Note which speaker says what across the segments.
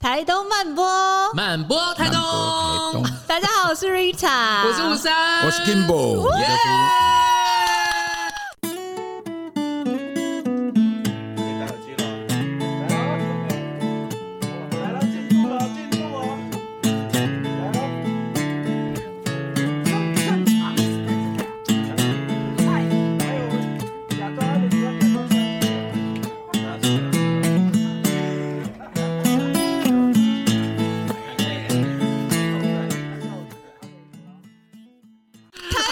Speaker 1: 台东慢播，
Speaker 2: 满播台
Speaker 3: 南国
Speaker 2: 东
Speaker 3: 台，
Speaker 1: 大家好，我是 Rita，
Speaker 2: 我是五三，
Speaker 3: 我是 Kimbo，我在听
Speaker 4: 戴耳机了，来了，来了，进步了，进步了，来了。还有假装还得假装假装。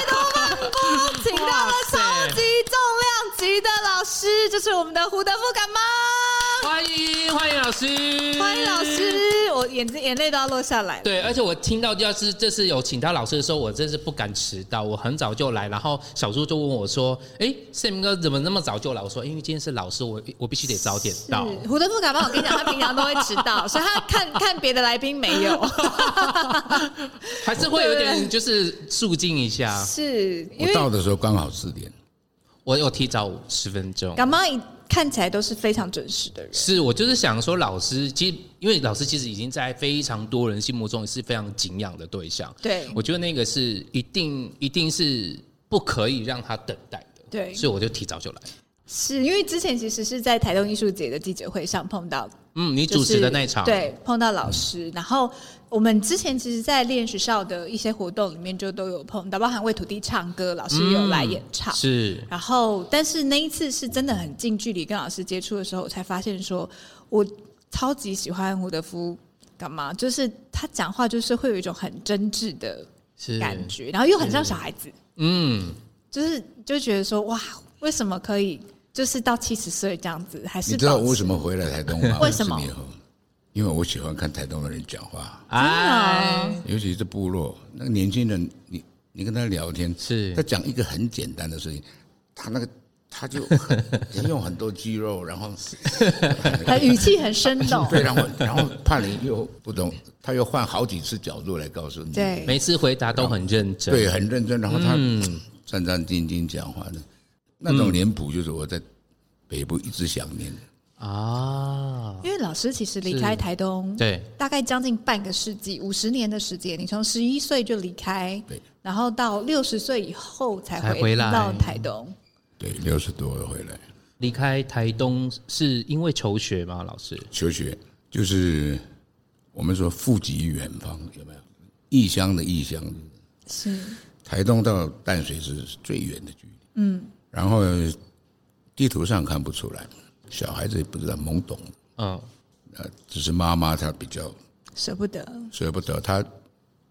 Speaker 1: 请到了超级重量级的老师，就是我们的胡德夫感冒。
Speaker 2: 欢迎欢迎老师，
Speaker 1: 欢迎老。师，我眼睛眼泪都要落下来了。
Speaker 2: 对，而且我听到要是这次有请到老师的时候，我真是不敢迟到，我很早就来。然后小猪就问我说：“哎、s a m 哥怎么那么早就来？”我说：“因为今天是老师，我我必须得早点到。
Speaker 1: 是胡德夫感冒，我跟你讲，他平常都会迟 到，所以他看看别的来宾没有，
Speaker 2: 还是会有
Speaker 1: 对
Speaker 2: 点就是肃静一下。
Speaker 1: 是因
Speaker 3: 我
Speaker 1: 为
Speaker 3: 到的时候刚好四点，
Speaker 2: 我有提早十分钟，
Speaker 1: 感冒一看起来都是非常准时的人。
Speaker 2: 是我就是想说，老师其实因为老师其实已经在非常多人心目中是非常敬仰的对象，
Speaker 1: 对
Speaker 2: 我觉得那个是一定一定是不可以让他等待的，
Speaker 1: 对
Speaker 2: 所以我就提早就来。
Speaker 1: 是因为之前其实是在台东艺术节的记者会上碰到
Speaker 2: 嗯，你
Speaker 1: 就是
Speaker 2: 主持的那一场，嗯
Speaker 1: 对，碰到老师。然后我们之前其实，在练学校的一些活动里面就都有碰到，包含为土地唱歌，老师也有来演唱。
Speaker 2: 嗯是
Speaker 1: 然后，但是那一次是真的很近距离跟老师接触的时候，我才发现说，我超级喜欢胡德夫干嘛？就是他讲话就是会有一种很真挚的
Speaker 2: 是
Speaker 1: 感觉，然后又很像小孩子，
Speaker 2: 嗯，
Speaker 1: 就是就觉得说哇，为什么可以就是到七十岁这样子，还是
Speaker 3: 你知
Speaker 1: 保
Speaker 3: 道
Speaker 1: 持
Speaker 3: 我为什么回来台东 吗？
Speaker 1: 为什么
Speaker 3: 50年后因为我喜欢看台东的人讲话，
Speaker 1: 啊
Speaker 2: 哎，
Speaker 3: 尤其是部落那个年轻人，你你跟他聊天，
Speaker 2: 是
Speaker 3: 他讲一个很简单的事情，他那个他就很用很多肌肉，然后，
Speaker 1: 很语气很生动
Speaker 3: 对，然后然后怕你又不懂，他又换好几次角度来告诉你，
Speaker 1: 对
Speaker 2: 每次回答都很认真，
Speaker 3: 对，很认真，然后他战战兢兢讲话的，那种脸谱就是我在北部一直想念的。
Speaker 2: 啊，
Speaker 1: 因为老师其实离开台东，
Speaker 2: 对，
Speaker 1: 大概将近半个世纪，五十年的时间。你从十一岁就离开
Speaker 3: 对，
Speaker 1: 然后到六十岁以后才
Speaker 2: 才回来
Speaker 1: 到台东。
Speaker 3: 对，六十多了回来
Speaker 2: 离开台东是因为求学吗？老师
Speaker 3: 求学，就是我们说富极远方，有没有？异乡的异乡，
Speaker 1: 是
Speaker 3: 台东到淡水是最远的距离。嗯，然后地图上看不出来，小孩子也不知道懵懂，
Speaker 2: 嗯，
Speaker 3: 呃，只是妈妈她比较
Speaker 1: 舍不得，
Speaker 3: 舍不得，她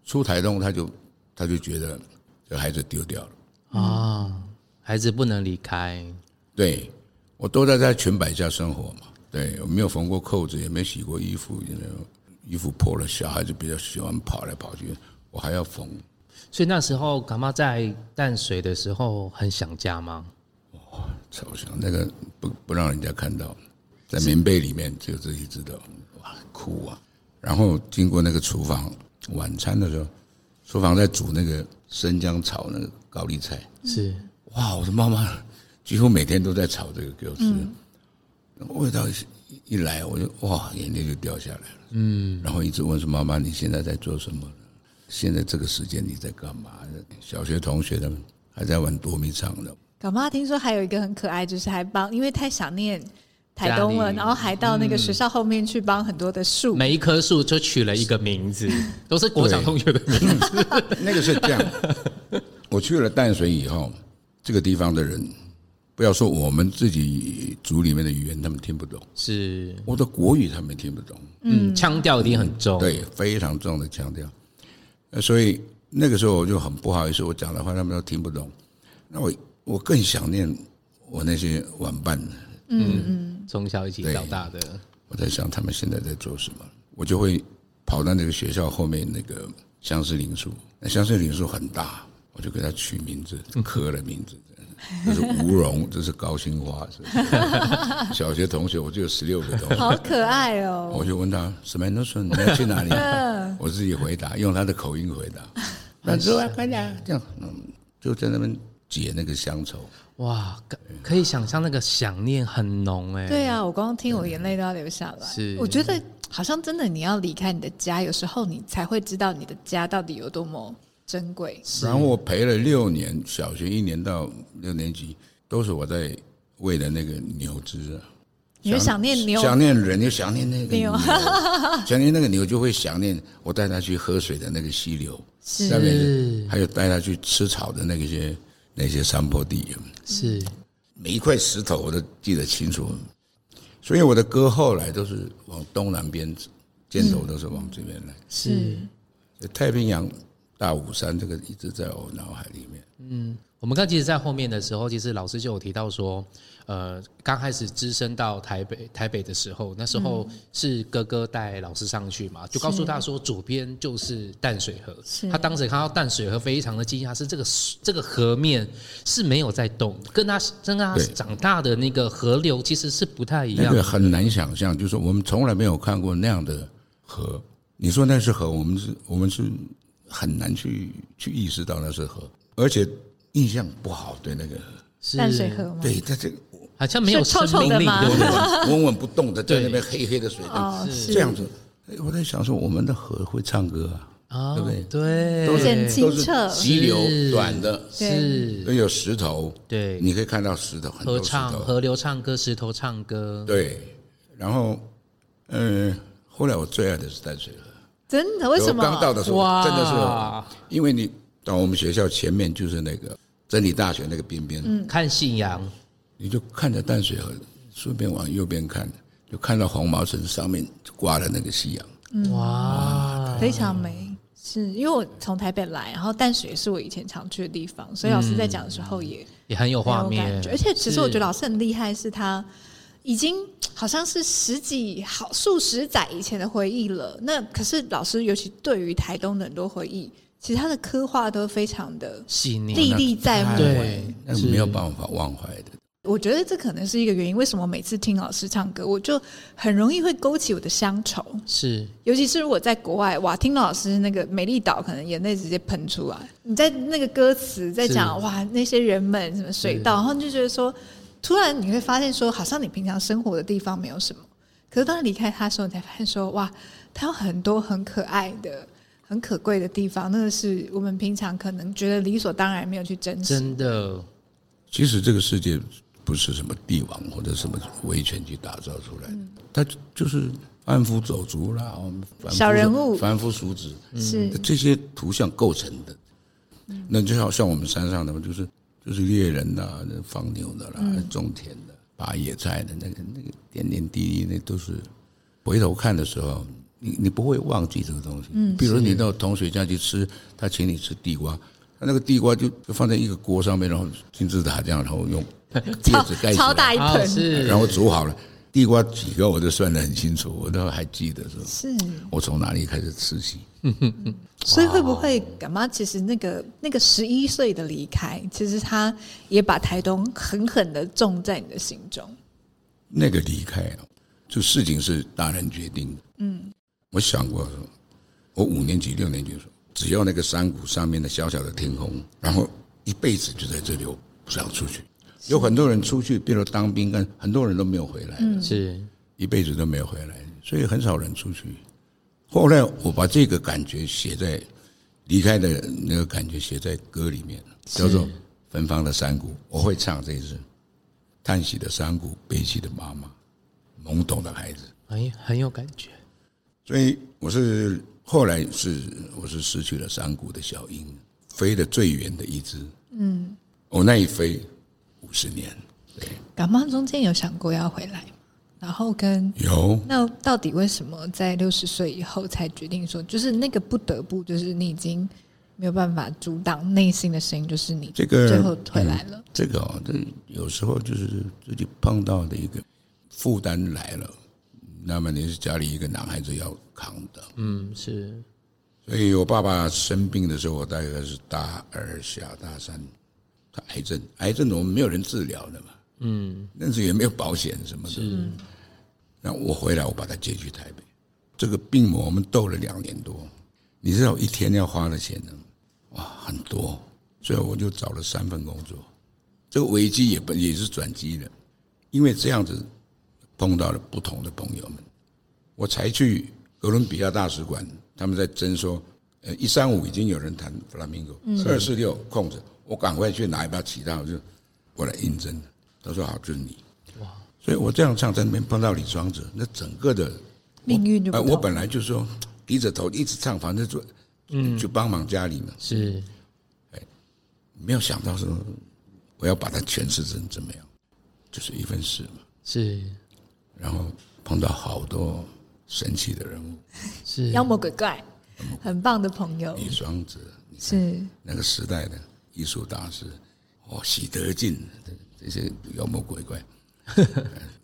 Speaker 3: 出台东，她就她就觉得这孩子丢掉了。
Speaker 2: 啊，孩子不能离开，
Speaker 3: 对我都在在裙摆下生活嘛，对我没有缝过扣子，也没洗过衣服，因为衣服破了，小孩子比较喜欢跑来跑去，我还要缝，
Speaker 2: 所以那时候干妈在淡水的时候很想家吗？
Speaker 3: 超想那个不不让人家看到，在棉被里面就自己知道，哇，哭啊！然后经过那个厨房，晚餐的时候，厨房在煮那个生姜炒那个高丽菜，
Speaker 2: 是
Speaker 3: 哇，我的妈妈几乎每天都在炒这个给我吃，那个味道一一来，我就哇眼泪就掉下来了。嗯，然后一直问说妈妈你现在在做什么呢？现在这个时间你在干嘛？小学同学他们还在玩捉迷藏呢。
Speaker 1: 搞不好听说还有一个很可爱，就是还帮，因为太想念台东
Speaker 2: 家
Speaker 1: 了，
Speaker 2: 里
Speaker 1: 然后还到那个学校后面去帮很多的树。
Speaker 2: 每一棵树就取了一个名字，都是国小同学的名字。
Speaker 3: 那个是这样，我去了淡水以后，这个地方的人，不要说我们自己族里面的语言他们听不懂，
Speaker 2: 是，
Speaker 3: 我的国语他们也听不懂。
Speaker 2: 嗯，腔调一定很重。，
Speaker 3: 对，非常重的强调。呃所以那个时候我就很不好意思，我讲的话他们都听不懂。那我我更想念我那些玩伴，
Speaker 2: 从小一起长大的，
Speaker 3: 我在想他们现在在做什么，我就会跑到那个学校后面那个相思林树，那相思林树很大，我就给它取名字，刻了名字。这是吴荣， 这是高兴花，是吧小学同学，我就有十六个同学。
Speaker 1: 好可爱哦！
Speaker 3: 我就问他什么那时候你要去哪里？我自己回答，用他的口音回答。那走啊，快点啊，这样，嗯，就在那边解那个乡愁。
Speaker 2: 哇，可可以想象那个想念很浓哎。
Speaker 1: 对啊，我光听我眼泪都要流下来。
Speaker 2: 是
Speaker 1: 我觉得好像真的你要离开你的家，有时候你才会知道你的家到底有多么珍贵。
Speaker 3: 然后我陪了六年，小学一年到六年级都是我在喂的那个牛只啊。
Speaker 1: 你会想念牛
Speaker 3: 想念人，就想念那个
Speaker 1: 牛
Speaker 3: 牛， 想念那个牛，就会想念我带它去喝水的那个溪流，
Speaker 1: 是
Speaker 3: 那边还有带它去吃草的那个些那些山坡地，
Speaker 2: 是
Speaker 3: 每一块石头我都记得清楚。所以我的歌后来都是往东南边，箭头都是往这边来。
Speaker 1: 是
Speaker 3: 太平洋大武山这个一直在我脑海里面。
Speaker 2: 我们刚其实，在后面的时候，其实老师就有提到说，呃，刚开始资深到台北台北的时候，那时候
Speaker 1: 嗯
Speaker 2: 是哥哥带老师上去嘛，就告诉他说，左边就是淡水河
Speaker 1: 是。
Speaker 2: 他当时看到淡水河，非常的惊讶，是这个这个河面是没有在动，跟他跟他
Speaker 3: 对
Speaker 2: 长大的那个河流其实是不太一
Speaker 3: 那
Speaker 2: 样
Speaker 3: 个
Speaker 2: 的。
Speaker 3: 很难想象，就是我们从来没有看过那样的河。你说那是河，我们是，我们是很难去去意识到那是河，而且印象不好对那个河。
Speaker 2: 是
Speaker 1: 淡水河吗？
Speaker 3: 对，它这个
Speaker 2: 好像没有
Speaker 1: 是臭
Speaker 2: 生
Speaker 1: 臭的
Speaker 2: 命力
Speaker 1: 吗
Speaker 2: 对不对
Speaker 3: 稳稳不动的，在
Speaker 2: 啊对
Speaker 3: 那边黑黑的水
Speaker 1: 哦
Speaker 3: 中，
Speaker 1: 是
Speaker 3: 这样子。哎我在想说，我们的河会唱歌啊，
Speaker 2: 啊
Speaker 3: 对不对？
Speaker 2: 对，
Speaker 1: 而且很
Speaker 3: 都
Speaker 1: 清
Speaker 3: 是
Speaker 1: 澈，
Speaker 3: 急
Speaker 2: 是
Speaker 3: 流短的，
Speaker 1: 对
Speaker 3: 都有石头，
Speaker 2: 对
Speaker 3: 你可以看到石头，很多
Speaker 2: 合
Speaker 3: 石
Speaker 2: 唱、
Speaker 3: 头。
Speaker 2: 河流唱歌、石头唱歌，
Speaker 3: 对，然后，嗯、后来我最爱的是淡水河。
Speaker 1: 真的为什么？
Speaker 3: 我刚到的时候，真的
Speaker 2: 哇
Speaker 3: 是，因为你到我们学校前面就是那个真理大学那个边边，
Speaker 2: 看信仰，
Speaker 3: 你就看着淡水河，顺便往右边看，就看到黄毛城上面挂了那个夕阳。
Speaker 2: 哇，
Speaker 1: 非常美。是因为我从台北来，然后淡水是我以前常去的地方，
Speaker 3: 嗯
Speaker 1: 所以老师在讲的时候也
Speaker 2: 也很有
Speaker 1: 很
Speaker 2: 画
Speaker 1: 有
Speaker 2: 面
Speaker 1: 感觉。而且其实我觉得
Speaker 2: 是
Speaker 1: 老师很厉害，是他已经好像是十几好数十载以前的回忆了。那可是老师，尤其对于台东的很多回忆，其实他的刻画都非常的
Speaker 2: 细
Speaker 1: 历
Speaker 2: 腻，
Speaker 1: 历在目。
Speaker 2: 对，
Speaker 3: 那是没有办法忘怀的。
Speaker 1: 我觉得这可能是一个原因，为什么每次听老师唱歌，我就很容易会勾起我的乡愁。
Speaker 2: 是
Speaker 1: 尤其是如果在国外，哇，听到老师那个《美丽岛》，可能眼泪直接喷出来。你在那个歌词在讲
Speaker 2: 是
Speaker 1: 哇，那些人们什么水稻，然后你就觉得说，突然你会发现说，好像你平常生活的地方没有什么，可是当你离开它的时候，你才发现说，哇，它有很多很可爱的、很可贵的地方，那个是我们平常可能觉得理所当然没有去珍惜。
Speaker 2: 真的，
Speaker 3: 其实这个世界不是什么帝王或者什么维权去打造出来的，
Speaker 1: 嗯
Speaker 3: 它就就是贩夫走卒啦，我们凡夫
Speaker 1: 小人物嗯
Speaker 3: 凡夫俗子，
Speaker 1: 是
Speaker 3: 这些图像构成的。那就好像我们山上的嘛，就是就是猎人呐、放牛的啦、
Speaker 1: 嗯
Speaker 3: 种田的、拔野菜的那个那个点点滴滴，那都是回头看的时候，你你不会忘记这个东西。嗯，比如你到同学家去吃，他请你吃地瓜，他那个地瓜就就放在一个锅上面，然后金字塔这样，然后 用叶
Speaker 1: 超
Speaker 3: 子盖起
Speaker 1: 超大
Speaker 3: 来，
Speaker 1: 一
Speaker 2: 啊
Speaker 1: 盆，
Speaker 2: 是，
Speaker 3: 然后煮好了。地瓜几个我都算得很清楚，我都还记得说，
Speaker 1: 是
Speaker 3: 我从哪里开始吃起。
Speaker 1: 所以会不会干妈其实那个那个十一岁的离开，其实他也把台东狠狠的种在你的心中。
Speaker 3: 那个离开啊，就事情是大人决定的。嗯，我想过说，我五年级、六年级的时候，只要那个山谷上面的小小的天空，然后一辈子就在这里，我不想出去。有很多人出去，比如当兵，跟很多人都没有回来，
Speaker 2: 是
Speaker 3: 一辈子都没有回来，所以很少人出去。后来我把这个感觉写在离开的那个感觉写在歌里面，叫做《芬芳的山谷》，我会唱这一支。叹息的山谷，悲泣的妈妈，懵懂的孩子。
Speaker 2: 哎，很有感觉，
Speaker 3: 所以我是后来是我是失去了山谷的小鹰，飞得最远的一只。嗯，我那一飞五十年，
Speaker 1: 干妈中间有想过要回来，然后跟
Speaker 3: 有
Speaker 1: 那到底为什么在六十岁以后才决定说，就是那个不得不，就是你已经没有办法阻挡内心的声音，就是你
Speaker 3: 这个
Speaker 1: 最后回来了。
Speaker 3: 这个哦，这有时候就是自己碰到的一个负担来了，那么你是家里一个男孩子要扛的。
Speaker 2: 嗯，是
Speaker 3: 所以我爸爸生病的时候，我大概是大二下大三，他癌症，癌症我们没有人治疗的嘛，嗯，那时候也没有保险什么的。那我回来，我把他接去台北，这个病魔我们斗了两年多，你知道我一天要花的钱呢，哇，很多，所以我就找了三份工作，这个危机也不也是转机的，因为这样子碰到了不同的朋友们，我才去哥伦比亚大使馆，他们在争说，呃，一三五已经有人谈 flamingo，二四六空着，我赶快去拿一把吉他，我就我来应征。他说好，就是你。哇！所以我这样唱在那边碰到李双泽，那整个的
Speaker 1: 命运就不
Speaker 3: 呃，
Speaker 1: 同
Speaker 3: 我本来就说低着头一直唱，反正就就帮忙家里嘛，
Speaker 2: 是
Speaker 3: 没有想到说我要把它诠释成怎么样，就是一份事嘛。
Speaker 2: 是
Speaker 3: 然后碰到好多神奇的人物，嗯
Speaker 2: 是，
Speaker 1: 妖魔鬼怪，很棒的朋友
Speaker 3: 李双泽，
Speaker 1: 是
Speaker 3: 那个时代的艺术大师，哦，喜德进，这这些妖魔鬼怪，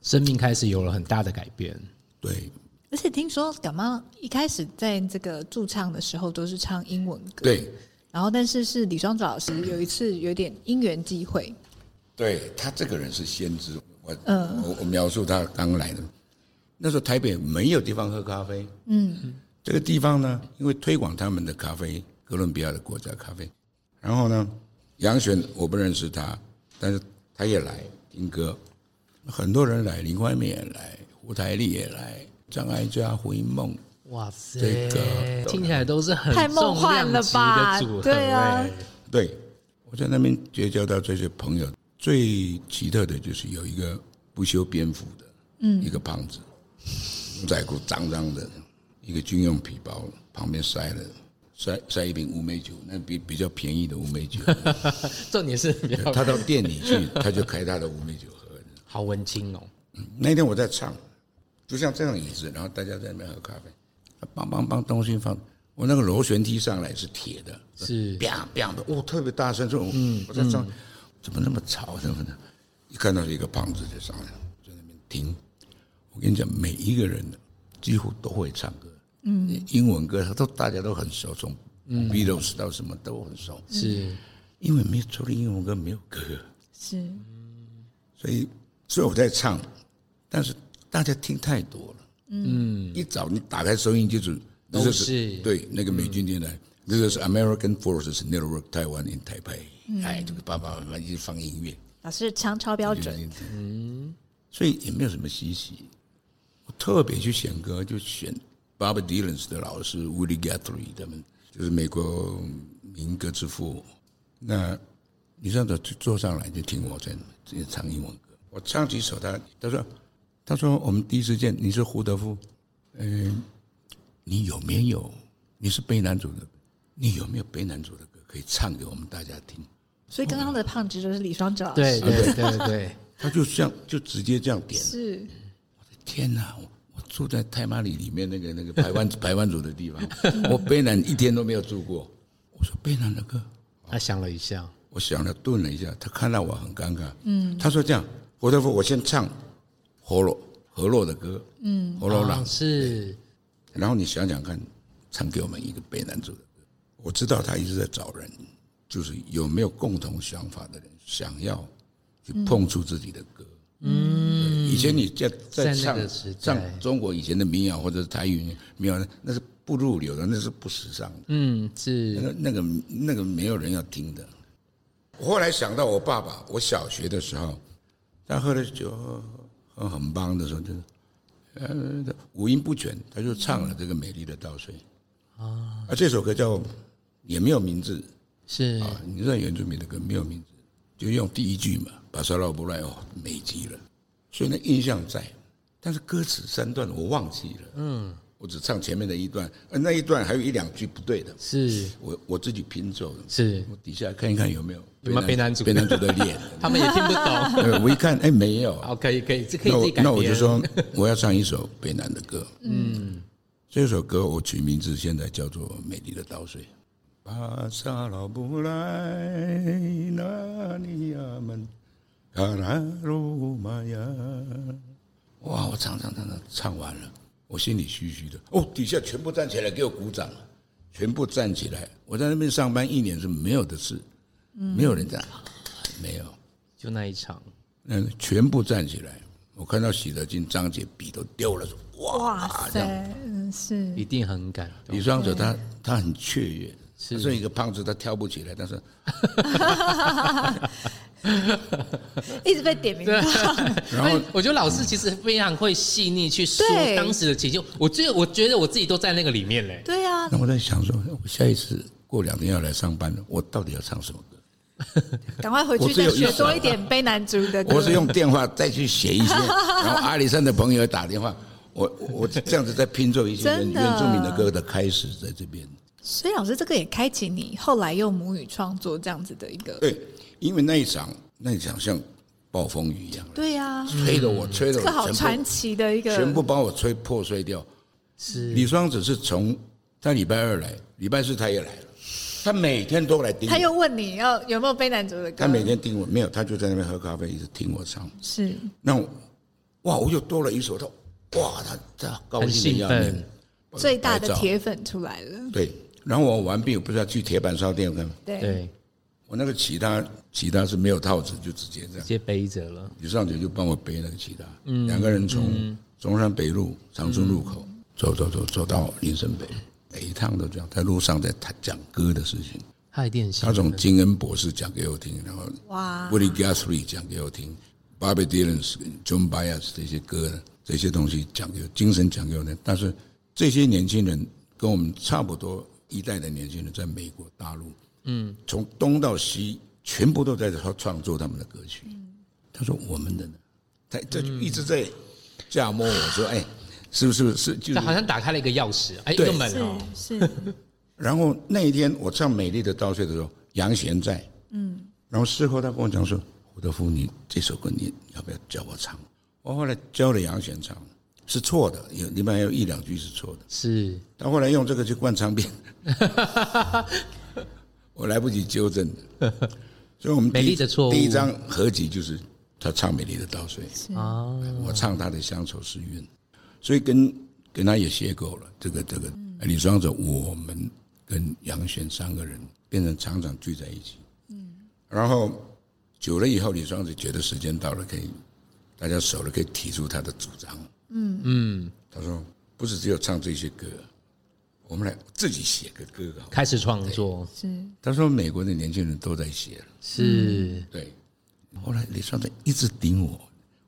Speaker 2: 生命开始有了很大的改变。
Speaker 3: 对
Speaker 1: 而且听说感冒一开始在这个驻唱的时候都是唱英文歌，
Speaker 3: 对
Speaker 1: 然后但是是李双泽老师有一次有点因缘机会，
Speaker 3: 对，他这个人是先知。我我我描述他刚来的，那时候台北没有地方喝咖啡，嗯，这个地方呢，因为推广他们的咖啡，哥伦比亚的国家咖啡，然后呢，杨璇我不认识他，但是他也来听歌，很多人来，林怀民也来，胡台丽也来，张艾嘉、胡因梦，
Speaker 2: 哇塞
Speaker 3: 这个
Speaker 2: 听起来都是很
Speaker 1: 太梦幻了吧
Speaker 2: 重量级的组合
Speaker 1: 对啊
Speaker 2: 哎
Speaker 3: 对，我在那边结交到这些朋友，最奇特的就是有一个不修边幅的，嗯，一个胖子，牛仔裤脏脏的，一个军用皮包，旁边塞了塞塞一瓶乌梅酒，那比比较便宜的乌梅酒，
Speaker 2: 重点是比较
Speaker 3: 他到店里去，他就开他的乌梅酒喝。
Speaker 2: 好文青哦，
Speaker 3: 那天我在唱，就像这样椅子，然后大家在那边喝咖啡，梆梆梆东西放，我那个螺旋梯上来是铁的，
Speaker 2: 是嗯
Speaker 3: 啪啪的，哦，特别大声，这种，我在唱，怎么那么吵什么的，一看到一个胖子就上来，在那边听，我跟你讲，每一个人几乎都会唱歌，嗯，英文歌都大家都很熟，从 Beatles 到什么都很熟，
Speaker 2: 嗯是
Speaker 3: 因为没有除了英文歌没有歌，
Speaker 1: 是
Speaker 3: 所以所以我在唱，但是大家听太多了，嗯，一早你打开收音机就
Speaker 2: 都
Speaker 3: 这
Speaker 2: 是嗯
Speaker 3: 对那个美军电台，这就是 American Forces Network Taiwan in 台北，
Speaker 2: 嗯
Speaker 3: 哎，这个爸爸妈妈一直放音乐，
Speaker 1: 老师唱超标准，
Speaker 3: 嗯，所以也没有什么稀奇。我特别去选歌，就选 Bob Dylan 的老师 Woody Guthrie 他们，就是美国民歌之父。那你上头坐上来就听我在在唱英文歌，我唱几首他他说他说哦我们第一次见你是胡德夫，嗯、你有没有你是卑南族的，你有没有卑南族的歌可以唱给我们大家听？
Speaker 1: 所以刚刚的胖子就是李双泽老师，
Speaker 2: 对对对 对，
Speaker 3: 他就这样就直接这样点
Speaker 1: 是
Speaker 3: 天哪，我我住在泰马里里面那个那个排湾 排湾族的地方，我卑南一天都没有住过。我说卑南的歌，
Speaker 2: 他啊想了一下，
Speaker 3: 我想了顿了一下，他看到我很尴尬，嗯，他说这样，我德福，我先唱河洛河洛的歌，嗯，河洛
Speaker 2: 哦
Speaker 3: 朗，
Speaker 2: 是
Speaker 3: 然后你想想看，唱给我们一个卑南族的歌，我知道他一直在找人，就是有没有共同想法的人，想要去碰触自己的歌。嗯，以前你在在
Speaker 2: 在那
Speaker 3: 唱
Speaker 2: 个时代
Speaker 3: 唱中国以前的民谣或者是台语民谣，那是不入流的，那是不时尚的。
Speaker 2: 嗯
Speaker 3: 那
Speaker 2: 是
Speaker 3: 个那个那个没有人要听的。我后来想到我爸爸，我小学的时候，他喝了酒喝很棒的时候，就是呃五音不全，他就唱了这个《美丽的稻穗》啊，而这首歌叫也没有名字
Speaker 2: 是
Speaker 3: 啊，你知道原住民的歌没有名字，就用第一句嘛，把沙拉布赖哦美极了，所以那印象在，但是歌词三段我忘记了，嗯，我只唱前面的一段，呃那一段还有一两句不对的，
Speaker 2: 是
Speaker 3: 我我自己拼凑的，
Speaker 2: 是，
Speaker 3: 我底下看一看有没有
Speaker 2: 有没有被男主
Speaker 3: 被男主的 脸。
Speaker 2: 他们也听不懂。
Speaker 3: 呃我一看，哎，没有。
Speaker 2: 好，哦可以可以，这可以
Speaker 3: 那
Speaker 2: 自
Speaker 3: 我
Speaker 2: 己改编。
Speaker 3: 那我 就说，我要唱一首北南的歌。嗯，这首歌我取名字现在叫做《美丽的稻穗》。巴萨老布莱那里亚门，卡拉鲁玛呀。哇！我唱唱唱唱唱完了，我心里虚虚的。哦，底下全部站起来给我鼓掌，啊全部站起来。我在那边上班一年是没有的事，没有人在，没有。
Speaker 2: 就那一场，
Speaker 3: 那全部站起来。我看到喜德进、张姐笔都丢了，说哇！
Speaker 1: 哇塞，嗯是
Speaker 2: 一定很感动
Speaker 3: 李。双泽他他很雀跃，他是一个胖子，他跳不起来，但是
Speaker 1: 一直被点名到。
Speaker 3: 然
Speaker 2: 所
Speaker 3: 后
Speaker 2: 以哎我觉得老师其实非常会细腻去说
Speaker 1: 对
Speaker 2: 当时的情境，我觉得我觉得我自己都在那个里面嘞。
Speaker 1: 对啊，
Speaker 3: 那我在想说，我下一次过两天要来上班了，我到底要唱什么歌？
Speaker 1: 赶快回去
Speaker 3: 我只
Speaker 1: 再
Speaker 3: 有一
Speaker 1: 学
Speaker 3: 首
Speaker 1: 多一点卑南族的歌。
Speaker 3: 我是用电话再去写 一些，然后阿里山的朋友打电话，我我我这样子在拼凑一些原
Speaker 1: 真的
Speaker 3: 原住民的歌的开始在这边。
Speaker 1: 所以老师这个也开启你后来用母语创作这样子的一个。
Speaker 3: 对，因为那一场那一场像暴风雨一样，
Speaker 1: 对呀、啊，
Speaker 3: 吹得我吹得
Speaker 1: 这个好
Speaker 3: 我全
Speaker 1: 传
Speaker 3: 部
Speaker 1: 奇的一个。
Speaker 3: 全部把我吹破碎掉。
Speaker 2: 是
Speaker 3: 李双子是从他礼拜二来，礼拜四他也来了，他每天都来盯
Speaker 1: 他又
Speaker 3: 我，
Speaker 1: 问你要有没有卑南族的歌？
Speaker 3: 他每天盯我，没有他就在那边喝咖啡，一直听我唱。
Speaker 1: 是
Speaker 3: 那我哇，我就多了一首，他哇，他他高
Speaker 2: 很
Speaker 3: 兴
Speaker 2: 兴
Speaker 3: 的要
Speaker 2: 奋
Speaker 3: 命，，
Speaker 1: 最大的
Speaker 3: 拍照
Speaker 1: 铁粉出来了。
Speaker 3: 对，然后我完毕，我不是要去铁板烧店跟，
Speaker 1: 对，
Speaker 2: 对，
Speaker 3: 我那个吉他吉他是没有套子，就直接这样
Speaker 2: 直。接背着了。
Speaker 3: 李尚杰就帮我背那个吉他，两个人从中山北路长春路口走走走走到林森北，每一趟都这样，在路上在谈讲歌的事情。
Speaker 2: 太电信
Speaker 3: 他从金恩博士讲给我听，然后
Speaker 1: 哇
Speaker 3: Woody Guthrie 讲给我听，Bobby Dylan、John Bias 这些歌呢，这些东西讲给我，精神讲给我听。但是这些年轻人跟我们差不多一代的年轻人，在美国大陆，嗯，从东到西，全部都在创创作他们的歌曲。他说我们的呢，他这就一直在架摸我说，哎，是不是是就
Speaker 2: 这
Speaker 3: 是
Speaker 2: 好像打开了一个钥匙，哎，一
Speaker 3: 对
Speaker 2: 个 门哦，
Speaker 1: 是是，
Speaker 3: 然后那一天我唱《美丽的稻穗》的时候，杨贤在，嗯，然后事后他跟我讲说：“胡德夫，你这首歌你要不要教我唱？”我后来教了杨贤唱，是错的，有里面还有一两句是错的。
Speaker 2: 是
Speaker 3: 他后来用这个去灌唱片， 我来不及纠正的。所以我们第一
Speaker 2: 美丽的错误
Speaker 3: 第一张合集就是他唱《美丽的稻穗》，
Speaker 2: 啊，
Speaker 3: 我唱他的《乡愁诗韵》，所以跟跟他也邂逅了。这个这个哎李双泽，我们跟杨璇三个人变成常常聚在一起。嗯，然后久了以后，李双泽觉得时间到了，可以大家熟了，可以提出他的主张。嗯嗯，他说不是只有唱这些歌，我们来自己写个歌好了。
Speaker 2: 开始创作
Speaker 3: 他说美国的年轻人都在写了。嗯
Speaker 2: 是
Speaker 3: 对，后来李尚德一直顶我，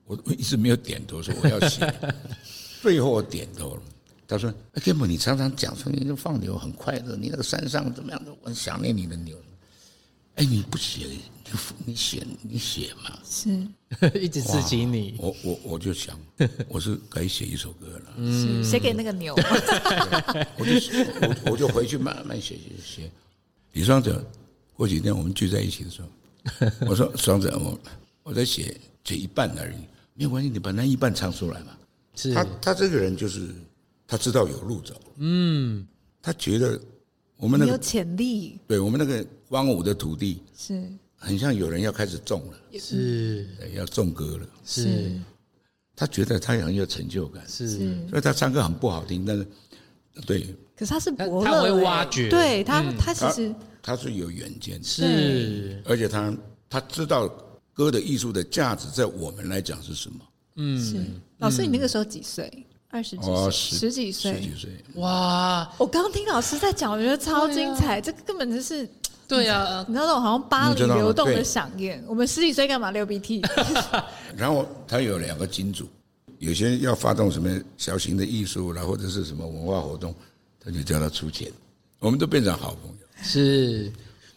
Speaker 3: 我我一直没有点头说我要写，最后我点头了。他说：“根本你常常讲说你放牛很快乐，你那个山上怎么样？我很想念你的牛。哎，你不写，你你写你写嘛。
Speaker 1: 是
Speaker 2: 一直刺激你，
Speaker 3: 我我我就想，我是该写一首歌了。
Speaker 1: 是，写给那个牛，
Speaker 3: 我就我我就回去慢慢写写写。李双泽，过几天我们聚在一起的时候，我说双泽，我我在写写一半而已，没有关系，你把那一半唱出来嘛。
Speaker 2: 是
Speaker 3: 他他这个人就是他知道有路走，嗯，他觉得我 们那
Speaker 1: 你有
Speaker 3: 个
Speaker 1: 潜力，
Speaker 3: 对我们那个荒芜的土地，
Speaker 1: 是
Speaker 3: 很像有人要开始种了，
Speaker 2: 是
Speaker 1: 嗯
Speaker 3: 对要种歌了。
Speaker 2: 是
Speaker 3: 他觉得他很有成就感，
Speaker 2: 是，
Speaker 3: 所以他唱歌很不好听，但是对
Speaker 1: 可是他是伯乐、
Speaker 2: 他他会
Speaker 1: 欸
Speaker 2: 挖掘
Speaker 1: 对他，他其
Speaker 3: 他
Speaker 1: 实
Speaker 3: 他是有远见，是
Speaker 2: 是
Speaker 3: 而且他他知道歌的艺术的价值，在我们来讲是什么？
Speaker 1: 是。老师，你那个时候几岁？二十几
Speaker 3: 嗯哦
Speaker 1: 岁？
Speaker 3: 十
Speaker 1: 十几
Speaker 3: 十
Speaker 1: 岁
Speaker 3: 几？岁，
Speaker 2: 哇，
Speaker 1: 我刚刚听老师在讲，我觉得超精彩，这个根本就是
Speaker 2: 对啊，
Speaker 1: 你知道那种好像巴
Speaker 3: 你
Speaker 1: 黎
Speaker 3: 啊嗯知道吗
Speaker 1: 流动的
Speaker 3: 对
Speaker 1: 响宴，我们十几岁干嘛流鼻 涕？
Speaker 3: 然后他有两个金主，有些要发动什么小型的艺术啦，或者是什么文化活动，他就叫他出钱，我们都变成好朋友。
Speaker 2: 是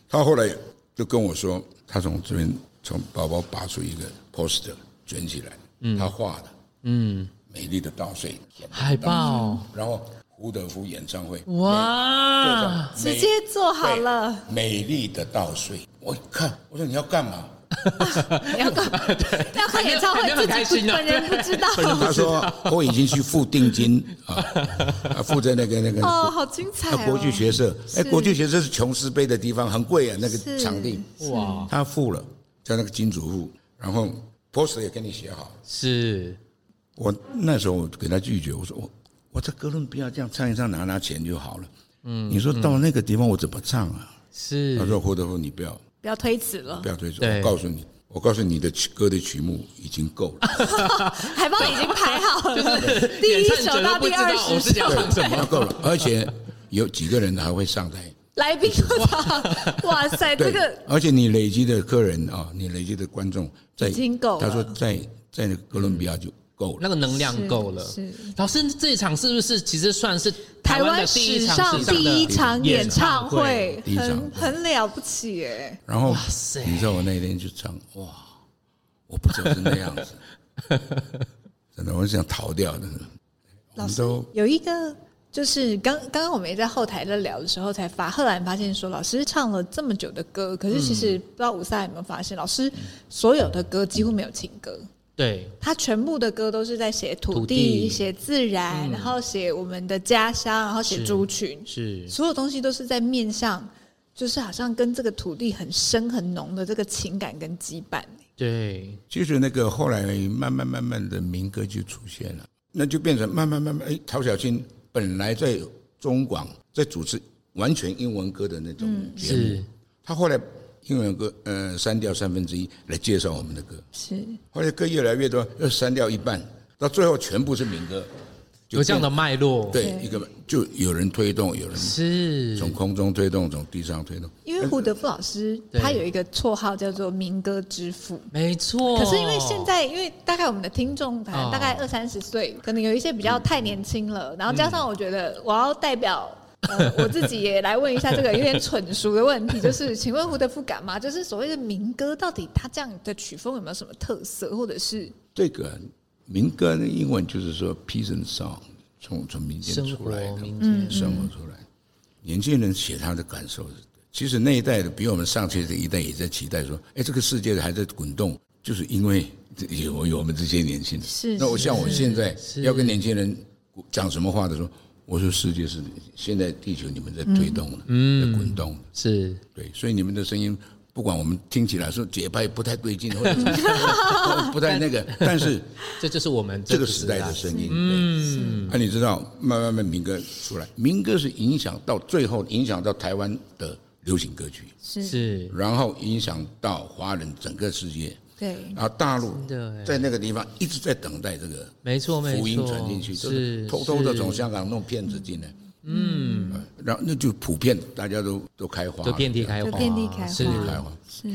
Speaker 3: 他后来就跟我说，他从这边从包包拔出一个 poster 卷起来，他画的，嗯，美丽的稻穗，
Speaker 2: 海报
Speaker 3: 然后胡德夫演唱
Speaker 1: 嗯
Speaker 3: 会，
Speaker 2: 哇，
Speaker 1: 直接做好 了，
Speaker 3: 美丽的稻穗，我一看，我说你要干嘛？
Speaker 1: 你要搞要看演唱会
Speaker 2: 还
Speaker 1: 自
Speaker 2: 没，有很开
Speaker 1: 己
Speaker 2: 心
Speaker 1: 不
Speaker 2: 呢
Speaker 3: 啊
Speaker 1: 本人不 知道。
Speaker 3: 他说我已经去付定金啊，啊付在那个那个
Speaker 1: 哦，好精彩
Speaker 3: 啊
Speaker 1: 哦！
Speaker 3: 国际学社，哎，
Speaker 1: 是
Speaker 3: 国际学社是琼斯杯的地方，很贵啊，那
Speaker 1: 是
Speaker 3: 个场地，
Speaker 2: 哇，
Speaker 3: 他付了，叫那个金主付，然后 poster 也给你写好。
Speaker 2: 是
Speaker 3: 我那时候我给他拒绝，我说我我在哥伦比亚这样唱一唱，拿拿钱就好了。嗯，你说到那个地方我怎么唱啊？他
Speaker 2: 是
Speaker 3: 说胡德夫，你不要
Speaker 1: 不要推辞了
Speaker 3: 不，要推辞，
Speaker 2: 嗯对
Speaker 3: 我告诉你，我告诉你的曲歌的曲目已经够了。
Speaker 1: 海报已经排好了， 第一
Speaker 2: 演唱
Speaker 1: 首
Speaker 2: 者
Speaker 1: 到
Speaker 2: 都不
Speaker 1: 第
Speaker 2: 知
Speaker 1: 二
Speaker 2: 道我
Speaker 1: 十
Speaker 2: 是
Speaker 1: 首
Speaker 2: 要，唱什
Speaker 3: 要
Speaker 2: 么，
Speaker 3: 够了，而且有几个人还会上台
Speaker 1: 来宾都打，哇塞，这
Speaker 3: 对
Speaker 1: 个，
Speaker 3: 而且你累积的客人啊，你累积的观众在
Speaker 1: 已经够了嗯
Speaker 3: 他说在在那个哥伦比亚就够
Speaker 2: 那
Speaker 3: 了，
Speaker 2: 个能量够了
Speaker 1: 是是。
Speaker 2: 老师，这一场是不是其实算是
Speaker 1: 台
Speaker 2: 湾
Speaker 1: 湾
Speaker 2: 的第
Speaker 1: 史
Speaker 2: 一
Speaker 1: 上
Speaker 2: 场史上
Speaker 1: 第一
Speaker 2: 的
Speaker 1: 场演唱会，
Speaker 3: 第一场
Speaker 1: 很很了不起哎！
Speaker 3: 然后
Speaker 2: 塞
Speaker 3: 你知道我那天去唱，哇，我不知道是那样子， 真的，我想逃掉的。我
Speaker 1: 老
Speaker 3: 们
Speaker 1: 师
Speaker 3: 都
Speaker 1: 有一个就是刚刚刚我们也在后台在聊的时候，才发赫然发现说，老师唱了这么久的歌，可是其实不知道五三有没有发现，老师所有的歌几乎没有情歌。
Speaker 2: 对，
Speaker 1: 他全部的歌都是在写土
Speaker 2: 土
Speaker 1: 地、
Speaker 2: 地嗯
Speaker 1: 写自然，然后写我们的家乡，然后写
Speaker 2: 是
Speaker 1: 族群，
Speaker 2: 是
Speaker 1: 所有东西都是在面向，就是好像跟这个土地很深很浓的这个情感跟羁绊。
Speaker 2: 对，
Speaker 3: 就是那个后来慢慢慢慢的民歌就出现了，那就变成慢慢慢慢，哎，陶小青本来在中广在主持完全英文歌的那种节目，
Speaker 2: 嗯是
Speaker 3: 他后来英文歌呃删掉三分之一来介绍我们的歌，
Speaker 1: 是
Speaker 3: 后来歌越来越多，又删掉一半，到最后全部是民歌，就
Speaker 2: 有这样的脉络，
Speaker 3: 对一个就有人推动，有人
Speaker 2: 是
Speaker 3: 从空中推动，从地上推动，
Speaker 1: 因为胡德夫老师
Speaker 2: 对
Speaker 1: 他有一个绰号叫做“民歌之父”。
Speaker 2: 没错。
Speaker 1: 可是因为现在，因为大概我们的听众可能
Speaker 2: 哦嗯
Speaker 1: 大概二三十岁，可能有一些比较太年轻了，然后加上我觉得我要代表。 呃，我自己也来问一下这个有点蠢熟的问题，就是请问胡德夫干嘛？就是所谓的民歌，到底他这样的曲风有没有什么特色，或者是
Speaker 3: 这个民歌的英文就是说 peasant song，从从民间
Speaker 2: 生
Speaker 3: 出
Speaker 2: 活
Speaker 3: 来的，
Speaker 2: 民间
Speaker 3: 生活出来。年轻人写他的感受，其实那一代的比我们上去的一代也在期待说，哎，这个世界还在滚动，就是因为这有有我们这些年轻人。
Speaker 1: 是
Speaker 3: 那我
Speaker 1: 是
Speaker 3: 像我现在
Speaker 2: 是
Speaker 3: 要跟年轻人讲什么话的时候，我说世界是现在地球你们在推动的，
Speaker 2: 嗯
Speaker 3: 在滚动的。
Speaker 2: 是
Speaker 3: 对，所以你们的声音，不管我们听起来说节拍不太对劲，或 者是不太那个，但是
Speaker 2: 这就是我们
Speaker 3: 这个时代的声音，嗯，啊，你知道，慢慢慢民歌出来，民歌是影响到最后影响到台湾的流行歌曲，
Speaker 1: 是
Speaker 2: 是
Speaker 3: 然后影响到华人整个世界，
Speaker 1: 对
Speaker 3: 然后大陆
Speaker 2: 真的哎
Speaker 3: 在那个地方一直在等待这个
Speaker 2: 没错没错
Speaker 3: 福音传进去，就是
Speaker 2: 是
Speaker 3: 偷偷的
Speaker 2: 是
Speaker 3: 从香港弄骗子进来，嗯，然后那就普遍大家都都开花了，
Speaker 2: 就遍地开花，
Speaker 1: 就遍地开花
Speaker 2: 是
Speaker 3: 遍地开花。
Speaker 1: 是，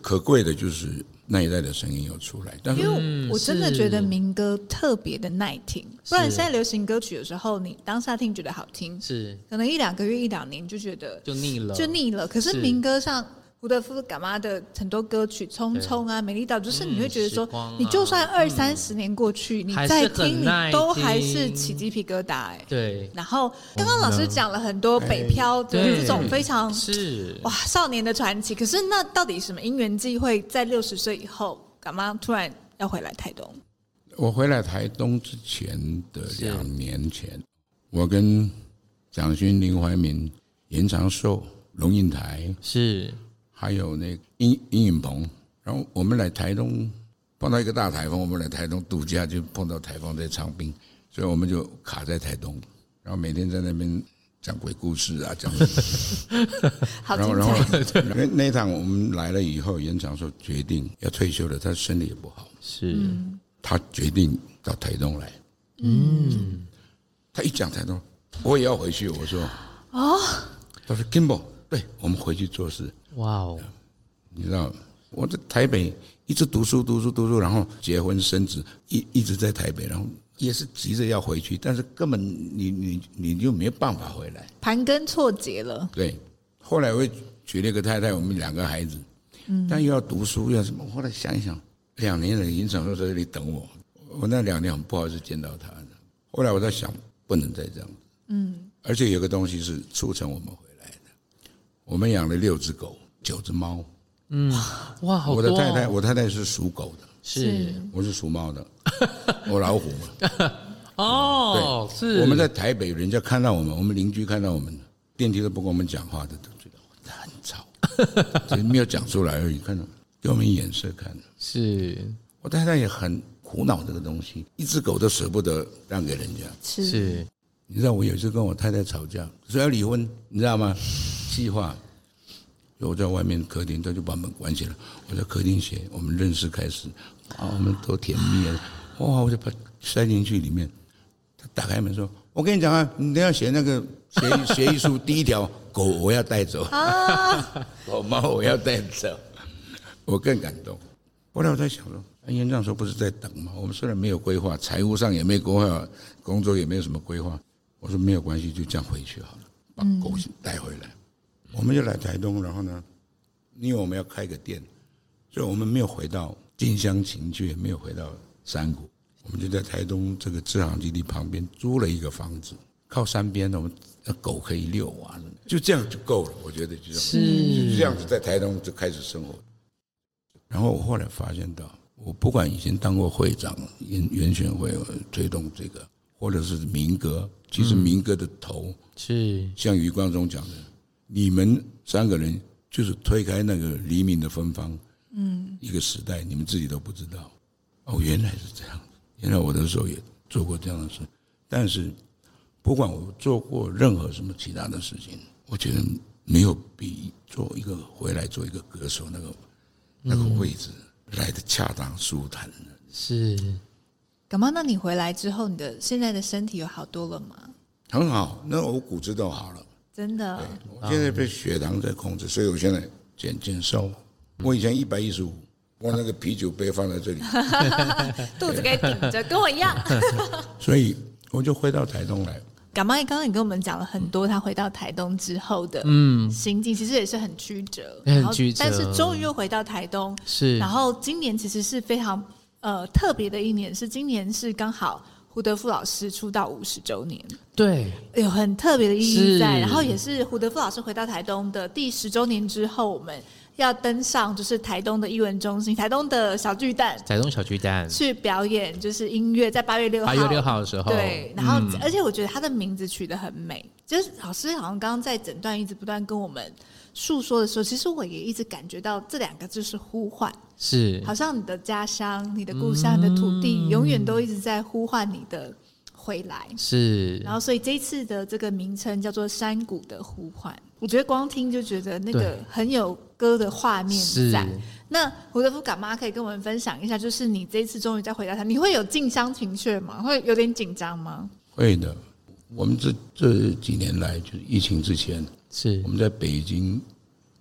Speaker 3: 可贵的就是那一代的声音有出来，但
Speaker 1: 因
Speaker 2: 嗯
Speaker 3: 是
Speaker 1: 为我真的觉得民歌特别的耐听，不然现在流行歌曲有时候你当下听觉得好听，
Speaker 2: 是
Speaker 1: 可能一两个月一两年就觉得
Speaker 2: 就腻了，
Speaker 1: 就腻了。可是
Speaker 2: 是
Speaker 1: 民歌上胡德夫干妈的很多歌曲，《匆
Speaker 2: 对
Speaker 1: 匆》啊，《美丽岛》，就是你会觉得说，
Speaker 2: 时光啊嗯
Speaker 1: 你就算二三十年过去，你
Speaker 2: 还是
Speaker 1: 再
Speaker 2: 很
Speaker 1: 听，你
Speaker 2: 耐
Speaker 1: 都还是
Speaker 2: 听
Speaker 1: 起鸡皮疙瘩哎、
Speaker 2: 对
Speaker 1: 然后刚刚老师讲了很多北漂的
Speaker 2: 对
Speaker 1: 这种非常
Speaker 2: 是
Speaker 1: 哇少年的传奇，可是那到底什么因缘际会，在六十岁以后，干妈突然要回来台东？
Speaker 3: 我回来台东之前的两年前，我跟蒋勋、林怀民、严长寿、龙应台，
Speaker 2: 是
Speaker 3: 还有那个殷殷允鹏，然后我们来台东碰到一个大台风，我们来台东度假就碰到台风在长滨，所以我们就卡在台东，然后每天在那边讲鬼故事啊，讲
Speaker 1: 好
Speaker 3: 然后，
Speaker 1: 精
Speaker 3: 然后
Speaker 1: 彩！
Speaker 3: 那那一趟我们来了以后，严长寿决定要退休了，他身体也不好，
Speaker 2: 是
Speaker 1: 嗯
Speaker 3: 他决定到台东来。嗯，他一讲台东，我也要回去。我说，哦，他说 Kimbo，对我们回去做事。
Speaker 2: 哇哦，
Speaker 3: 你知道，我在台北一直读书，读书，读书，然后结婚生子，一一直在台北，然后也是急着要回去，但是根本你你你就没办法回来。
Speaker 1: 盘根错节了，
Speaker 3: 对，后来我也娶了一个太太，我们两个孩子，
Speaker 2: 嗯
Speaker 3: 但又要读书，又要什么？后来想一想，两年了，林长寿在这里等我，我那两年很不好意思见到他。后来我在想，不能再这样。嗯，而且有个东西是促成我们回来的，我们养了六只狗，九只猫。
Speaker 2: 哇，好
Speaker 3: 我
Speaker 2: 多
Speaker 3: 的
Speaker 2: 哦
Speaker 3: 太太，我太太是属狗的，
Speaker 2: 是
Speaker 3: 我是 属猫的，我老虎嘛。
Speaker 2: 哦，是
Speaker 3: 我们在台北，人家看到我们，我们邻居看到我们，电梯都不跟我们讲话的，都觉得很吵，只是没有讲出来而已。看到给我们眼色看，
Speaker 2: 是
Speaker 3: 我太太也很苦恼这个东西，一只狗都舍不得让给人家。
Speaker 1: 是
Speaker 2: 是
Speaker 3: 你知道我有一次跟我太太吵架，说要离婚，你知道吗？计划。我在外面客厅，他就把门关起来。我在客厅写，我们认识开始，啊，我们多甜蜜啊！哇，我就把塞进去里面。他打开门说：“我跟你讲啊，你等一下写那个协议协议书第一条，狗我要带走，
Speaker 1: 啊，
Speaker 3: 狗猫我要带走，我更感动。后来我在想说，院长说不是在等吗？我们虽然没有规划，财务上也没规划，工作也没有什么规划。我说没有关系，就这样回去好了，把狗带回来。我们就来台东，然后呢，因为我们要开个店，所以我们没有回到近乡情怯，没有回到山谷，我们就在台东这个制航基地旁边租了一个房子，靠山边的，我们那狗可以遛啊，就这样就够了。我觉得就这样，
Speaker 2: 是
Speaker 3: 就这样子在台东就开始生活。然后我后来发现到，我不管以前当过会长，原原选会呃推动这个，或者是民歌，其实民歌的头，
Speaker 2: 是
Speaker 3: 像余光中讲的，你们三个人就是推开那个黎明的芬芳，嗯，一个时代，你们自己都不知道。哦，原来是这样，原来我的时候也做过这样的事，但是不管我做过任何什么其他的事情，我觉得没有比做一个回来做一个歌手那个那个位置来的恰当舒坦的。
Speaker 2: 是，
Speaker 1: 感冒，那你回来之后，你的现在的身体有好多了吗？
Speaker 3: 很好，那我骨质都好了。
Speaker 1: 真的，
Speaker 3: 我现在被血糖在控制，所以我现在减减瘦。我以前一百一十五，我那个啤酒杯放在这里，
Speaker 1: 肚子给顶着，跟我 一样。
Speaker 3: 所以我就回到台东来。
Speaker 1: 感冒，刚刚也跟我们讲了很多他回到台东之后的嗯心境，其实也是很曲折，
Speaker 2: 也很
Speaker 1: 然后
Speaker 2: 曲折
Speaker 1: 但是终于又回到台东，
Speaker 2: 是
Speaker 1: 然后今年其实是非常呃特别的一年，是今年是刚好胡德夫老师出道五十周年，
Speaker 2: 对，
Speaker 1: 有很特别的意义在。
Speaker 2: 是
Speaker 1: 然后也是胡德夫老师回到台东的第十周年之后，我们要登上就是台东的艺文中心，台东的小巨蛋
Speaker 2: 台东小巨蛋，
Speaker 1: 去表演，就是音乐，在八月六号，
Speaker 2: 八月六号的时候，
Speaker 1: 对，然后、
Speaker 2: 嗯
Speaker 1: 而且我觉得他的名字取得很美，就是老师好像刚刚在诊断一直不断跟我们诉说的时候，其实我也一直感觉到这两个字是呼唤，
Speaker 2: 是
Speaker 1: 好像你的家乡、你的故乡、你的土地，永远都一直在呼唤你的回来。
Speaker 2: 嗯是
Speaker 1: 然后，所以这一次的这个名称叫做《山谷的呼唤》，我觉得光听就觉得那个
Speaker 2: 对
Speaker 1: 很有歌的画面
Speaker 2: 是
Speaker 1: 在。那胡德夫干妈可以跟我们分享一下，就是你这一次终于再回到他，你会有近乡情怯吗？会有点紧张吗？
Speaker 3: 会的，我们这这几年来，就是疫情之前，
Speaker 2: 是
Speaker 3: 我们在北京、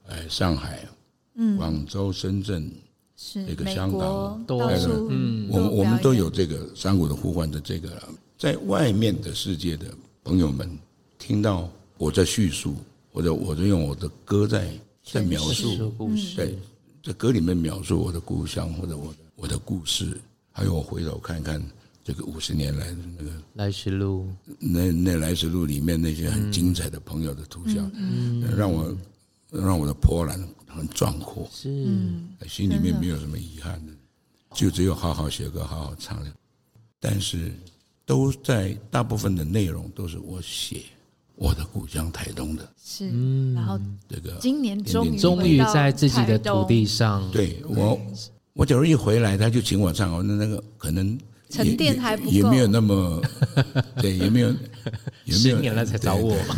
Speaker 3: 哎上海、嗯、广州、深圳，
Speaker 1: 是
Speaker 3: 那个香港
Speaker 1: 美国
Speaker 2: 都
Speaker 1: 到处
Speaker 2: 嗯
Speaker 3: 我们我们
Speaker 1: 表
Speaker 3: 都
Speaker 1: 演
Speaker 3: 有这个山谷的呼唤的这个，在外面的世界的朋友们听到我在叙述，或者我在用我的歌在在描述。
Speaker 2: 说故事，
Speaker 3: 对，在歌里面描述我的故乡或者我的我的故事，还有我回头看看这个五十年来的那个
Speaker 2: 来时路
Speaker 3: 那那来时路里面那些很精
Speaker 2: 嗯
Speaker 3: 彩的朋友的图像，让我让我的波澜很壮阔，哎
Speaker 2: 是
Speaker 3: 心里面没有什么遗憾的，就只有好好写歌，好好唱。但是都在大部分的内容都是我写我的故乡台东的
Speaker 1: 是，然后
Speaker 3: 这个
Speaker 1: 今年终于
Speaker 2: 嗯终
Speaker 1: 回
Speaker 2: 于
Speaker 1: 到
Speaker 2: 在自己
Speaker 1: 台
Speaker 2: 的
Speaker 1: 东
Speaker 2: 土地上，
Speaker 3: 对我，我假如一回来他就请我唱，我那那个可能也
Speaker 1: 沉淀还不够
Speaker 3: 也也没有那么，对，也没 有，也没
Speaker 2: 十
Speaker 3: 有
Speaker 2: 年了才找我嘛，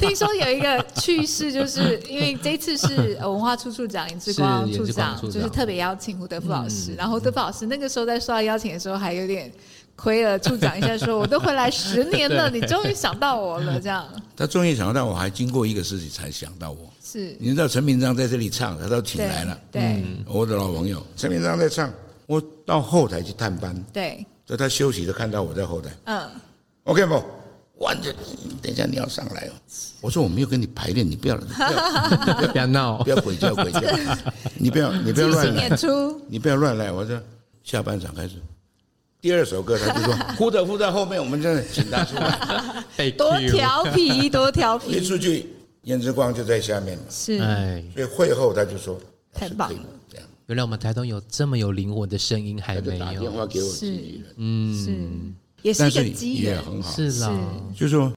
Speaker 1: 听说有一个趣事，就是因为这次是呃文化处处长尹志光
Speaker 2: 是
Speaker 1: 处
Speaker 2: 尹志光
Speaker 1: 长，
Speaker 2: 处长
Speaker 1: 就是特别邀请胡德夫老师。然后胡德夫老师那个时候在收到邀请的时候，还有点亏了处长一下说，我都回来十年了，你终于想到我了，这样
Speaker 3: 他终于想到我，还经过一个事情才想到我。
Speaker 1: 是
Speaker 3: 你知道陈明章在这里唱，他都请
Speaker 1: 对
Speaker 3: 来了，
Speaker 1: 对
Speaker 3: 我的老朋友陈明章在唱，我到后台去探班，
Speaker 1: 对，
Speaker 3: 在他休息的看到我在后台
Speaker 1: 嗯，
Speaker 3: ，OK 不？完全，等一下你要上来哦。我说我没有跟你排练，你不要，你不要，
Speaker 2: 不要闹
Speaker 3: 不，要 鬼叫鬼叫，你不要，你不要
Speaker 1: 即
Speaker 3: 乱
Speaker 1: 兴
Speaker 3: 来
Speaker 1: 演。出，
Speaker 3: 你不要乱来。我说下半场开始，第二首歌他就说 呼的呼在后面，我们真的请他出来。
Speaker 2: 被
Speaker 1: 多
Speaker 2: cue
Speaker 1: 调皮，多调
Speaker 3: 一
Speaker 1: 皮，
Speaker 3: 出 去，
Speaker 1: 嗯
Speaker 3: 颜之光就在下面了。
Speaker 1: 是
Speaker 2: 哎，
Speaker 3: 所以会后他就说
Speaker 1: 太棒了，
Speaker 3: 老师对这样
Speaker 2: 原来我们台东有这么有灵魂的声音还
Speaker 3: 他
Speaker 2: 没
Speaker 3: 就打电
Speaker 2: 有，
Speaker 3: 话给我经纪人，
Speaker 1: 是，也是
Speaker 3: 嗯但
Speaker 1: 一个
Speaker 3: 是
Speaker 1: 机
Speaker 3: 也
Speaker 1: 缘，
Speaker 3: 很好，
Speaker 2: 是啦，
Speaker 1: 是
Speaker 3: 就说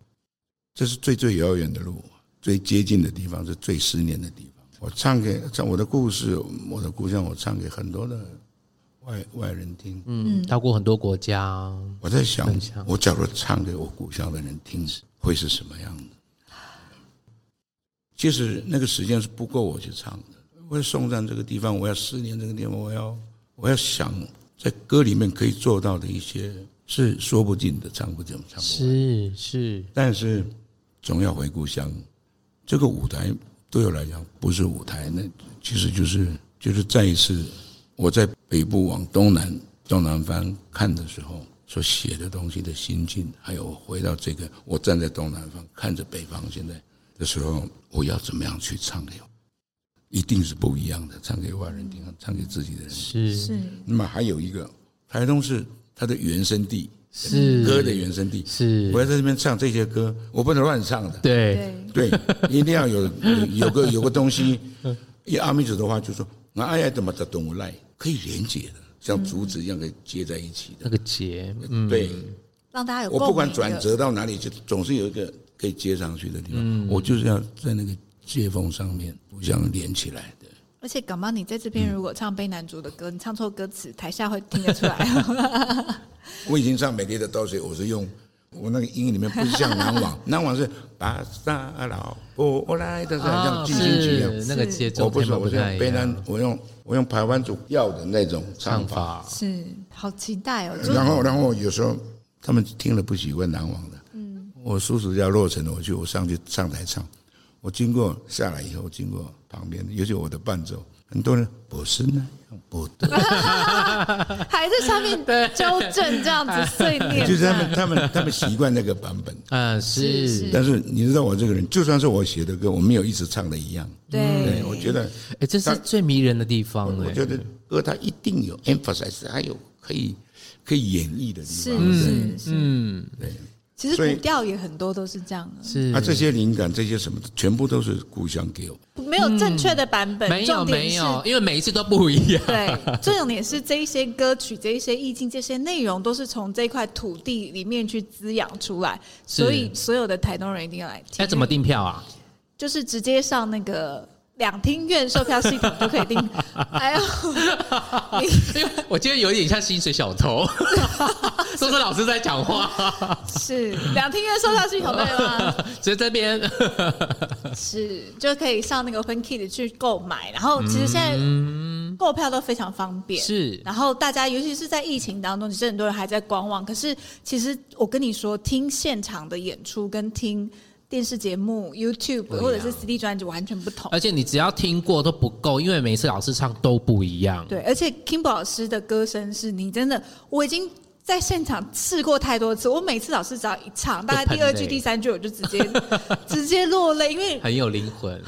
Speaker 3: 这是最最遥远的路，最接近的地方是最思念的地方。我唱给唱我的故事，我的故乡，我唱给很多的外外人听。
Speaker 2: 嗯，到过很多国家，
Speaker 3: 我在想
Speaker 2: 分享，
Speaker 3: 我假如唱给我故乡的人听，会是什么样的？其实那个时间是不够我去唱的。我要送葬这个地方，我要思念这个地方，我要我要想在歌里面可以做到的一些是说不尽的，唱不尽，唱不完。
Speaker 2: 是是
Speaker 3: 但是总要回故乡，这个舞台对我来讲不是舞台，那其实就是就是再一次我在北部往东南东南方看的时候所写的东西的心境，还有我回到这个我站在东南方看着北方现在的时候，我要怎么样去唱给我，一定是不一样的，唱给外人听，唱给自己的人听。
Speaker 2: 是
Speaker 1: 是
Speaker 3: 那么还有一个台东是它的原生地，
Speaker 2: 是
Speaker 3: 歌的原生地。我
Speaker 2: 是，
Speaker 3: 要在这边唱这些歌，我不能乱唱的。
Speaker 2: 对，嗯
Speaker 1: 对
Speaker 3: 对， 一定要有有有个有个东西。以阿弥陀的话就说，那哎呀怎么的懂我来，可以连接的，像竹子一样可以接在一起
Speaker 2: 那
Speaker 3: 的。
Speaker 2: 个结，嗯，
Speaker 3: 对，
Speaker 1: 让大家有
Speaker 3: 我不管
Speaker 1: 共鸣
Speaker 3: 转
Speaker 1: 的
Speaker 3: 折到哪里，就总是有一个可以接上去的地
Speaker 2: 嗯
Speaker 3: 方。我就是要在那个界缝上面互相连起来的。
Speaker 1: 而且港妈，你在这
Speaker 2: 嗯
Speaker 1: 边如果唱悲男主的歌，你唱错歌词，台下会听得出来。
Speaker 3: 我已经唱《美丽的岛水》，我是用我那个英语里面不是像南 网，南网是巴萨老波来的，像进行曲一样。
Speaker 2: 啊是那个节奏，
Speaker 3: 我不是，我是
Speaker 2: 太
Speaker 3: 用
Speaker 2: 一
Speaker 3: 悲
Speaker 2: 样
Speaker 3: 南，我用我用台湾主要的那种唱
Speaker 2: 唱
Speaker 3: 法。
Speaker 2: 法，
Speaker 1: 是，好期待哦！就
Speaker 3: 然后，然后有时候他们听了不喜欢南网的。嗯，我叔叔家落成的，我去我上去上台唱，我经过下来以后，经过旁边，尤其我的伴奏，很多人不是那样，不对。
Speaker 1: 还在上面纠正这样子碎念，啊
Speaker 3: 就是他们，他们，他们习惯那个版本。
Speaker 2: 嗯，
Speaker 1: 是
Speaker 2: 是
Speaker 1: 是，
Speaker 3: 但是你知道我这个人，就算是我写的歌，我没有一直唱的一样。嗯对，
Speaker 1: 对
Speaker 3: 我觉得，
Speaker 2: 哎，这是最迷人的地方
Speaker 3: 我
Speaker 2: 哎，
Speaker 3: 觉得歌它一定有 emphasize，还有可以可以演绎的地
Speaker 1: 是
Speaker 3: 方。
Speaker 1: 是是，
Speaker 2: 嗯，
Speaker 3: 对，
Speaker 1: 其实
Speaker 3: 所以
Speaker 1: 古调也很多都是这样的，
Speaker 2: 是
Speaker 3: 啊，这些灵感，这些什么，全部都是故乡给我。
Speaker 1: 没有正确的版本，
Speaker 2: 没有
Speaker 1: 重点
Speaker 2: 嗯没
Speaker 1: 是
Speaker 2: 有，因为每一次都不一样，
Speaker 1: 对，重点是这一些歌曲、这一些意境、这些内容都是从这块土地里面去滋养出来，
Speaker 2: 是
Speaker 1: 所以所有的台东人一定要来听。
Speaker 2: 那怎么订票啊？
Speaker 1: 就是直接上那个两厅院售票系统就可以订。哎呦，你
Speaker 2: 因为我觉得有点像薪水 小偷，都是老师在讲话，
Speaker 1: 是两厅院售票系统对吗？
Speaker 2: 所以这边
Speaker 1: 是，就可以上那个 Open Key 去购买。然后其实现在购票都非常方便，
Speaker 2: 嗯是
Speaker 1: 然后大家尤其是在疫情当中，其实很多人还在观望。可是其实我跟你说，听现场的演出跟听电视节目、YouTube
Speaker 2: 不一样
Speaker 1: 或者是 CD 专辑完全不同
Speaker 2: 而。且你只要听过都不够，因为每次老师唱都不一样。
Speaker 1: 对，而且 Kimbo 老师的歌声是你真的，我已经在现场试过太多次，我每次老师只要一唱，大概第二句、
Speaker 2: 喷泪
Speaker 1: 第三句我就直接 直接落泪，因为
Speaker 2: 很有灵魂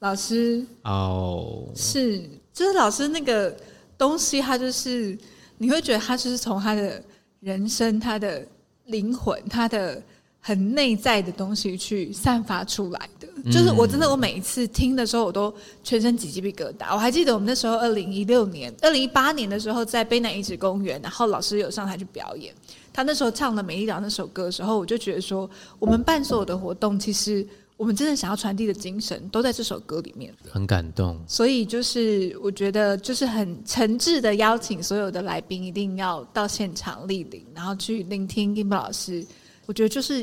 Speaker 1: 老师
Speaker 2: 哦，
Speaker 1: 是就是老师那个东西，他就是你会觉得他就是从他的人生、他的灵魂、他的很内在的东西去散发出来的。就是我真的，我每一次听的时候，我都全身起鸡皮疙瘩。我还记得我们那时候二零一六年、二零一八年的时候，在卑南遗址公园，然后老师有上台去表演。他那时候唱了《美丽岛》那首歌的时候，我就觉得说，我们办所有的活动，其实我们真的想要传递的精神，都在这首歌里面。
Speaker 2: 很感动。
Speaker 1: 所以就是我觉得就是很诚挚的邀请所有的来宾一定要到现场莅临，然后去聆听 Gimbo 老师。我觉得就是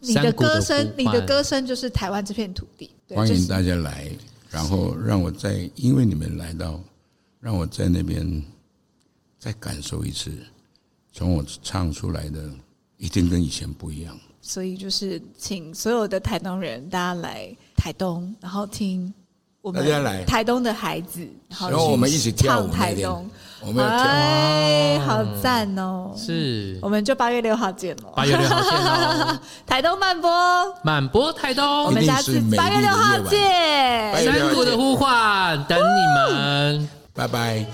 Speaker 1: 你的
Speaker 2: 山谷的
Speaker 1: 歌声
Speaker 2: 呼，
Speaker 1: 你
Speaker 2: 唤
Speaker 1: 的歌声就是台湾这片土地。对
Speaker 3: 欢
Speaker 1: 就
Speaker 3: 迎
Speaker 1: 是
Speaker 3: 大家来，然后让我在因为你们来到，让我在那边再感受一次，从我唱出来的一定跟以前不一样。
Speaker 1: 所以就是请所有的台东人，大家来台东，然后听我们
Speaker 3: 大家来
Speaker 1: 台东的孩子，然后
Speaker 3: 然后我们
Speaker 1: 去
Speaker 3: 一起跳舞
Speaker 1: 唱
Speaker 3: 那
Speaker 1: 台
Speaker 3: 天
Speaker 1: 东，
Speaker 3: 我们要跳啊
Speaker 1: 哎，好赞哦！
Speaker 2: 是
Speaker 1: 我们就八月六号见喽，
Speaker 2: 八月六号见哦，
Speaker 1: 台东慢播。
Speaker 2: 满播台
Speaker 1: 我
Speaker 2: 东
Speaker 1: 们
Speaker 3: 一定
Speaker 1: 下
Speaker 3: 是
Speaker 1: 次
Speaker 3: 美
Speaker 1: 八
Speaker 3: 丽
Speaker 1: 月
Speaker 3: 的
Speaker 1: 六号
Speaker 3: 夜晚
Speaker 1: 见。
Speaker 3: 拜
Speaker 1: 哦
Speaker 2: 山谷的呼唤，等你们。
Speaker 3: 拜拜。